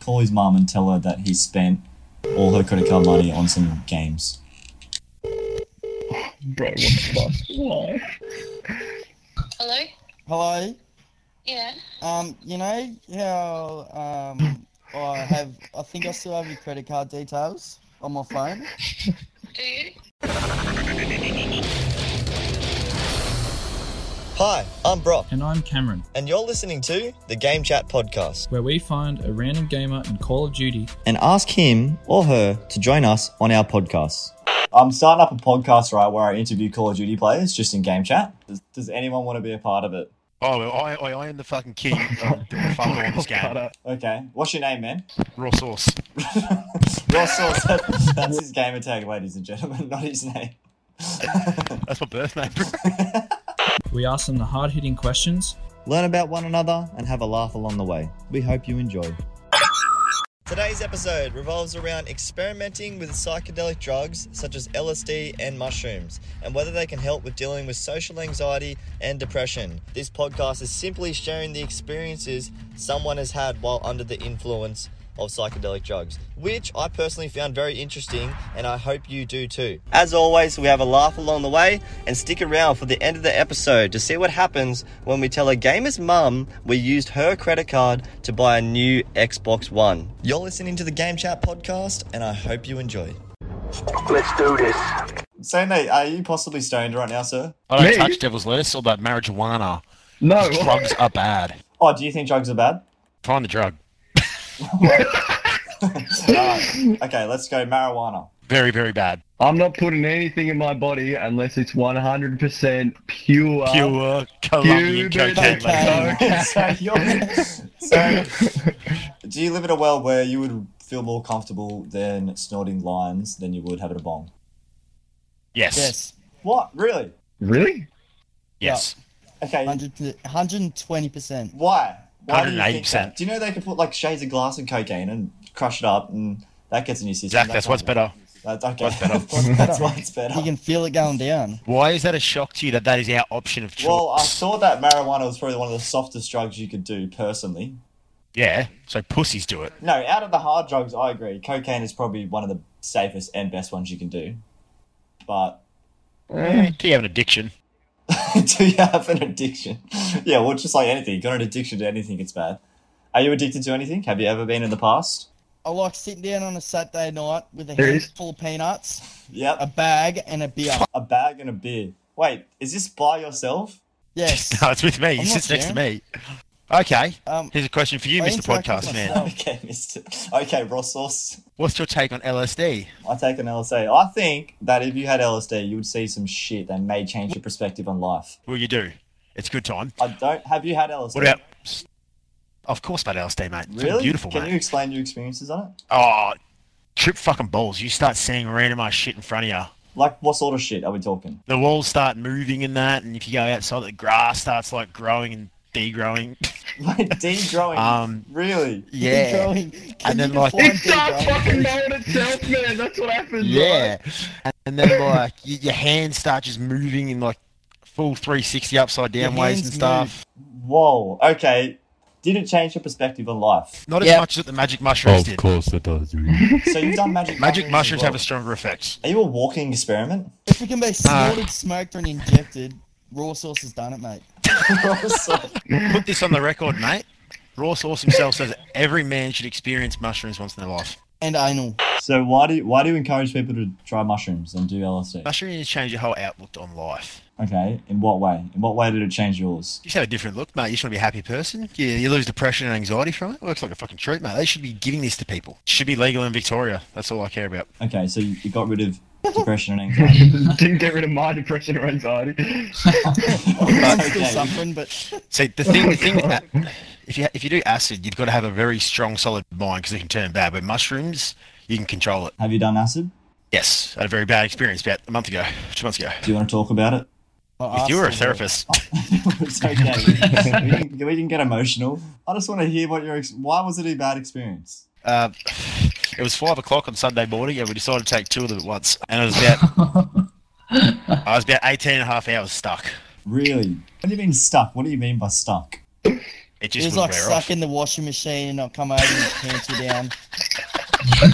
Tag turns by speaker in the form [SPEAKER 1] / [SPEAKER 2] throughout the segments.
[SPEAKER 1] call his mom and tell her that he spent all her credit card money on some games.
[SPEAKER 2] Bro, what the fuck? Why?
[SPEAKER 3] Hello?
[SPEAKER 4] Hello.
[SPEAKER 3] Yeah.
[SPEAKER 4] Um, you know how um I have I think I still have your credit card details on my phone.
[SPEAKER 3] Do you?
[SPEAKER 1] Hi, I'm Brock,
[SPEAKER 2] And I'm Cameron,
[SPEAKER 1] and you're listening to the Game Chat Podcast.
[SPEAKER 2] where we find a random gamer in Call of Duty.
[SPEAKER 1] And ask him or her to join us on our podcast. I'm starting up a podcast, right, where I interview Call of Duty players just in Game Chat. Does, does anyone want to be a part of it?
[SPEAKER 5] Oh, well, I, I, I am the fucking king of the funnel on this
[SPEAKER 2] Cut
[SPEAKER 5] game.
[SPEAKER 2] up.
[SPEAKER 1] Okay. What's your name, man?
[SPEAKER 5] Raw sauce.
[SPEAKER 1] Raw Sauce. That- That's his gamer tag, ladies and gentlemen, not his name.
[SPEAKER 5] That's my birth name.
[SPEAKER 2] We ask them the hard hitting questions.
[SPEAKER 1] Learn about one another and have a laugh along the way. We hope you enjoy. Today's episode revolves around experimenting with psychedelic drugs such as LSD and mushrooms and whether they can help with dealing with social anxiety and depression. This podcast is simply sharing the experiences someone has had while under the influence of psychedelic drugs, which I personally found very interesting and I hope you do too. As always, we have a laugh along the way and stick around for the end of the episode to see what happens when we tell a gamer's mum we used her credit card to buy a new Xbox One. You're listening to the Game Chat podcast and I hope you enjoy.
[SPEAKER 6] Let's do this.
[SPEAKER 1] So Nate, are you possibly stoned right now, sir?
[SPEAKER 5] I don't
[SPEAKER 2] Me?
[SPEAKER 5] touch Devil's Lettuce or that marijuana.
[SPEAKER 2] No,
[SPEAKER 5] Drugs are bad.
[SPEAKER 1] Oh, do you think drugs are bad?
[SPEAKER 5] Find the drug.
[SPEAKER 1] Alright. Okay, let's go marijuana.
[SPEAKER 5] Very, very bad.
[SPEAKER 2] I'm not putting anything in my body unless it's 100% pure.
[SPEAKER 5] Pure Colombian
[SPEAKER 2] you
[SPEAKER 5] cocaine.
[SPEAKER 2] did
[SPEAKER 5] lady.
[SPEAKER 4] okay.
[SPEAKER 1] so, you're, so do you live in a world where you would feel more comfortable than snorting lines than you would having a bong?
[SPEAKER 5] Yes. Yes.
[SPEAKER 4] Yes.
[SPEAKER 1] What? Really?
[SPEAKER 2] Really?
[SPEAKER 1] Okay.
[SPEAKER 4] 120 percent.
[SPEAKER 1] Why? Why do you think
[SPEAKER 5] 108%.
[SPEAKER 1] that? Do you know they could put like shades of glass in cocaine and crush it up and that gets in your system?
[SPEAKER 5] Zach, that's what's better.
[SPEAKER 1] That's okay.
[SPEAKER 5] What's better?
[SPEAKER 1] that's what's better.
[SPEAKER 4] You can feel it going down.
[SPEAKER 5] Why is that a shock to you that that is our option of choice?
[SPEAKER 1] Well, I thought that marijuana was probably one of the softest drugs you could do personally.
[SPEAKER 5] yeah, so pussies do it.
[SPEAKER 1] No, out of the hard drugs, I agree. Cocaine is probably one of the safest and best ones you can do. But
[SPEAKER 5] Eh, do you have an addiction?
[SPEAKER 1] do you have an addiction? Yeah, well, just like anything, you got an addiction to anything, it's bad. Are you addicted to anything? Have you ever been in the past?
[SPEAKER 4] I like sitting down on a Saturday night with a
[SPEAKER 2] There
[SPEAKER 4] head
[SPEAKER 2] is-
[SPEAKER 4] full of peanuts, a
[SPEAKER 5] Um,
[SPEAKER 1] Yep,
[SPEAKER 4] bag, and a beer.
[SPEAKER 1] a bag and a beer. Wait, is this by yourself?
[SPEAKER 4] Yes.
[SPEAKER 5] No, it's with me.
[SPEAKER 4] I'm
[SPEAKER 5] He
[SPEAKER 4] not
[SPEAKER 5] sits next to
[SPEAKER 4] sharing.
[SPEAKER 5] me. Okay.
[SPEAKER 4] Um,
[SPEAKER 5] Here's a question for you,
[SPEAKER 4] I
[SPEAKER 5] Mr.
[SPEAKER 4] interact with
[SPEAKER 5] Podcast Man.
[SPEAKER 4] myself.
[SPEAKER 1] Okay, mister. Okay, raw sauce.
[SPEAKER 5] What's your take on LSD?
[SPEAKER 1] I take an LSD. I think that if you had LSD, you would see some shit that may change your perspective on life.
[SPEAKER 5] Well, you do. It's good time.
[SPEAKER 1] I don't. Have you had LSD?
[SPEAKER 5] What about? Of course, not LSD, mate. It's
[SPEAKER 1] Really?
[SPEAKER 5] Beautiful,
[SPEAKER 1] Can
[SPEAKER 5] mate.
[SPEAKER 1] you explain your experiences on it?
[SPEAKER 5] Oh, trip fucking balls. You start seeing randomized shit in front of you.
[SPEAKER 1] Like, what sort of shit are we talking?
[SPEAKER 5] The walls start moving and that, and if you go outside, the grass starts like growing and degrowing.
[SPEAKER 1] Like, degrowing.
[SPEAKER 5] Um,
[SPEAKER 1] really?
[SPEAKER 5] Yeah.
[SPEAKER 4] Growing.
[SPEAKER 5] And then,
[SPEAKER 4] you
[SPEAKER 5] like-
[SPEAKER 4] define
[SPEAKER 2] It starts
[SPEAKER 4] degrowing?
[SPEAKER 2] fucking mowing itself, man. That's what happens.
[SPEAKER 5] Yeah. And, and then like y- your hands start just moving in like full 360 upside down
[SPEAKER 4] Your
[SPEAKER 5] ways
[SPEAKER 4] hands
[SPEAKER 5] and stuff.
[SPEAKER 1] Whoa. Okay. Did it change your perspective on life?
[SPEAKER 5] Not as
[SPEAKER 4] Yeah.
[SPEAKER 5] much as the magic mushrooms did.
[SPEAKER 7] course it does.
[SPEAKER 1] So you've done magic.
[SPEAKER 5] Magic mushrooms have a
[SPEAKER 1] as
[SPEAKER 5] stronger effect.
[SPEAKER 1] well. Are you a walking experiment?
[SPEAKER 4] If it can
[SPEAKER 5] Uh.
[SPEAKER 4] be snorted, smoked, and injected, raw sauce has done it, mate.
[SPEAKER 5] Put this on the record, mate. Raw Sauce himself says every man should experience mushrooms once in their life.
[SPEAKER 4] And anal.
[SPEAKER 5] Uh,
[SPEAKER 1] so why do you, why do you encourage people to try mushrooms and do LSD?
[SPEAKER 5] Mushrooms change your whole outlook on life.
[SPEAKER 1] Okay. In what way? In what way did it change yours?
[SPEAKER 5] You just have a different look, mate. You just want to be a happy person. You, you lose depression and anxiety from it. Works like a fucking treat, mate. They should be giving this to people. should be legal in Victoria. That's all I care about.
[SPEAKER 1] Okay. So you, you got rid of depression and anxiety.
[SPEAKER 2] Didn't get rid of my depression or anxiety.
[SPEAKER 4] I'm still
[SPEAKER 1] Okay.
[SPEAKER 4] suffering, but
[SPEAKER 5] See, the thing, the thing with that, if you if you do acid, you've got to have a very strong, solid mind because it can turn bad. But mushrooms, you can control it.
[SPEAKER 1] Have you done acid?
[SPEAKER 5] Yes, I had a very bad experience about a month ago, two months ago.
[SPEAKER 1] Do you want to talk about it?
[SPEAKER 4] my
[SPEAKER 5] If you were a
[SPEAKER 4] arse still
[SPEAKER 5] therapist,
[SPEAKER 1] it's okay. we, didn't, we didn't get emotional. I just want to hear what your ex- why was it a bad experience?
[SPEAKER 5] uh, it was five o'clock on Sunday morning, and we decided to take two of them at once. And it was about, I was about 18 and a half hours stuck.
[SPEAKER 1] Really? What do you mean stuck? What do you mean by stuck?
[SPEAKER 5] It
[SPEAKER 4] It
[SPEAKER 5] just
[SPEAKER 4] was
[SPEAKER 5] would
[SPEAKER 4] like
[SPEAKER 5] wear
[SPEAKER 4] stuck
[SPEAKER 5] off.
[SPEAKER 4] in the washing machine and I'll come over and pants you down.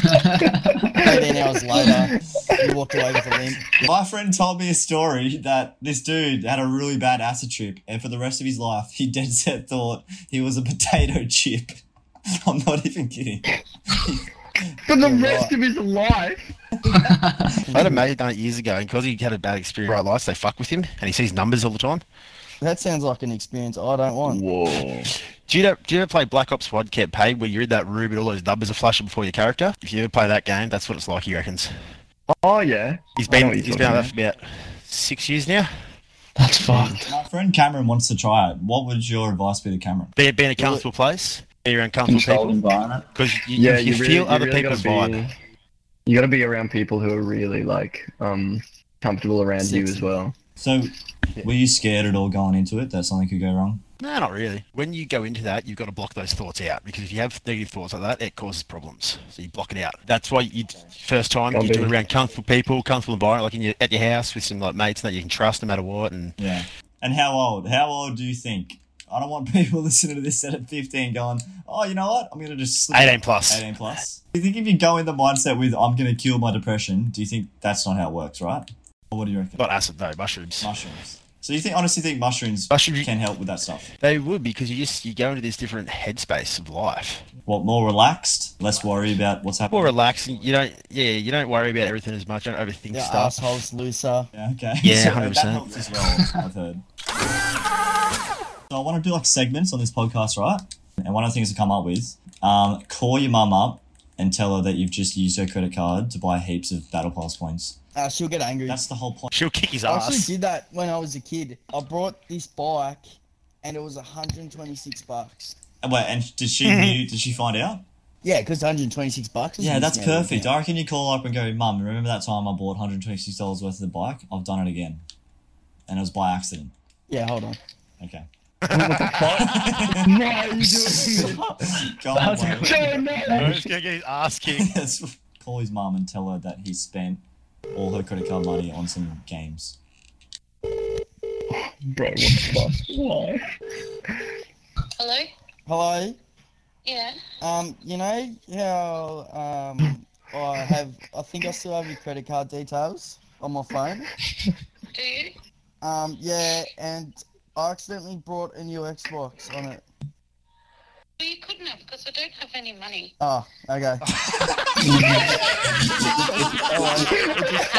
[SPEAKER 4] 13 hours later, you walked away with a limp.
[SPEAKER 1] My friend told me a story that this dude had a really bad acid trip, and for the rest of his life, he dead set thought he was a potato chip. I'm not even kidding.
[SPEAKER 2] For the
[SPEAKER 4] You're
[SPEAKER 2] rest
[SPEAKER 4] right.
[SPEAKER 2] of his life.
[SPEAKER 5] I had a mate done it years ago, and because he had a bad experience, right lights, they fuck with him, and he sees numbers all the time.
[SPEAKER 4] That sounds like an experience I don't want.
[SPEAKER 2] Whoa.
[SPEAKER 5] Do you ever, do you ever play Black Ops One Get Paid, where you're in that room and all those numbers are flashing before your character? If you ever play that game, that's what it's like. He reckons.
[SPEAKER 2] Oh yeah.
[SPEAKER 5] He's
[SPEAKER 2] I know
[SPEAKER 5] been
[SPEAKER 2] what you're
[SPEAKER 5] he's been on that for
[SPEAKER 2] talking
[SPEAKER 5] about six years now.
[SPEAKER 7] That's fucked.
[SPEAKER 1] My friend Cameron wants to try it. What would your advice be to Cameron?
[SPEAKER 5] Be being a comfortable place, be around comfortable
[SPEAKER 7] Controlled
[SPEAKER 5] people,
[SPEAKER 7] environment.
[SPEAKER 5] because you,
[SPEAKER 2] Yeah,
[SPEAKER 5] you,
[SPEAKER 2] really-
[SPEAKER 5] feel other
[SPEAKER 2] really gotta
[SPEAKER 5] people's
[SPEAKER 2] be-
[SPEAKER 5] vibe.
[SPEAKER 2] You gotta be around people who are really like um comfortable around you as
[SPEAKER 4] Sexy.
[SPEAKER 2] well.
[SPEAKER 1] So, were you scared at all going into it that something could go wrong?
[SPEAKER 5] No, not really. When you go into that, you've got to block those thoughts out because if you have negative thoughts like that, it causes problems. So you block it out. That's why you first time
[SPEAKER 2] Gotta
[SPEAKER 5] you do
[SPEAKER 2] be-
[SPEAKER 5] it around comfortable people, comfortable environment, like in your, at your house with some like mates that you can trust no matter what. And
[SPEAKER 1] Yeah. And how old? How old do you think? I don't want people listening to this set at 15 going, oh, you know what? I'm going to just slip
[SPEAKER 5] 18 plus.
[SPEAKER 1] 18 plus. Do you think if you go in the mindset with, I'm going to cure my depression, do you think that's not how it works, right? Or what do you reckon?
[SPEAKER 5] Not acid though, mushrooms.
[SPEAKER 1] Mushrooms. So you think honestly think mushrooms
[SPEAKER 5] Mushrooms.
[SPEAKER 1] can help with that stuff?
[SPEAKER 5] They would because you just you go into this different headspace of life.
[SPEAKER 1] What more relaxed, less worry about what's happening.
[SPEAKER 5] More relaxing. You don't yeah, you don't worry about everything as much. Don't overthink
[SPEAKER 4] Your
[SPEAKER 5] stuff.
[SPEAKER 4] asshole's looser.
[SPEAKER 1] Yeah, okay.
[SPEAKER 5] Yeah,
[SPEAKER 1] So That
[SPEAKER 5] 100%.
[SPEAKER 1] helps as well, I've heard. So I want to do like segments on this podcast, right? And one of the things to come up with, um, call your mum up and tell her that you've just used her credit card to buy heaps of battle pass points.
[SPEAKER 4] Uh, she'll get angry.
[SPEAKER 1] That's the whole point.
[SPEAKER 5] She'll kick his
[SPEAKER 4] I actually
[SPEAKER 5] ass.
[SPEAKER 4] did that when I was a kid. I bought this bike and it was 126 bucks.
[SPEAKER 1] And Wait, and did she knew, did she find out?
[SPEAKER 4] Yeah, because 126 bucks. is
[SPEAKER 1] Yeah,
[SPEAKER 4] in
[SPEAKER 1] that's
[SPEAKER 4] this now, isn't
[SPEAKER 1] perfect.
[SPEAKER 4] it?
[SPEAKER 1] I reckon you call up and go, Mum, remember that time I bought $126 worth of the bike? I've done it again. And it was by accident.
[SPEAKER 4] Yeah, hold on.
[SPEAKER 1] Okay.
[SPEAKER 2] no, you do
[SPEAKER 1] Go on,
[SPEAKER 2] it.
[SPEAKER 1] Wade.
[SPEAKER 2] No, no.
[SPEAKER 5] She's gonna get his ass kicked.
[SPEAKER 1] Yes. Call his mum and tell her that he spent all her credit card money on some games.
[SPEAKER 2] Bro, what the fuck? Why?
[SPEAKER 3] Hello?
[SPEAKER 4] Hello.
[SPEAKER 3] Yeah.
[SPEAKER 4] Um, you know how um I have I think I still have your credit card details on my phone.
[SPEAKER 3] Do you?
[SPEAKER 4] Um, yeah, and I accidentally brought a new Xbox on it.
[SPEAKER 3] Well, you couldn't have because I don't have any money.
[SPEAKER 4] Oh, okay.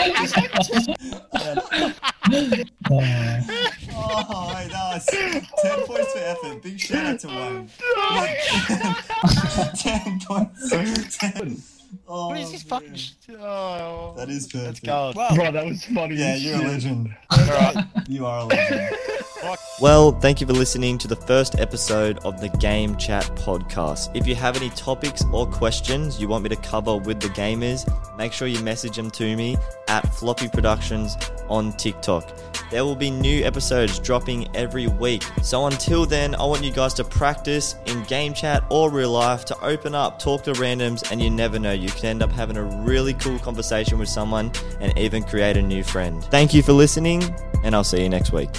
[SPEAKER 4] Alright, it just-
[SPEAKER 7] Uh,
[SPEAKER 1] Oh, hey, nice. 10 points for effort. Big shout out to Wayne. 10 points. 10. Oh,
[SPEAKER 5] What is this fucking?
[SPEAKER 1] man.
[SPEAKER 5] sh- Oh,
[SPEAKER 1] That is
[SPEAKER 5] That's
[SPEAKER 1] perfect.
[SPEAKER 5] gold.
[SPEAKER 4] Well,
[SPEAKER 2] Bro, that was funny.
[SPEAKER 1] Yeah,
[SPEAKER 2] as
[SPEAKER 1] you're a
[SPEAKER 2] shit.
[SPEAKER 1] legend.
[SPEAKER 5] All right.
[SPEAKER 1] You are a legend.
[SPEAKER 5] Fuck.
[SPEAKER 1] Well, thank you for listening to the first episode of the Game Chat podcast. If you have any topics or questions you want me to cover with the gamers, make sure you message them to me at Floppy Productions on TikTok. There will be new episodes dropping every week. So until then, I want you guys to practice in game chat or real life to open up, talk to randoms, and you never know, you can end up having a really cool conversation with someone and even create a new friend. Thank you for listening, and I'll see you next week.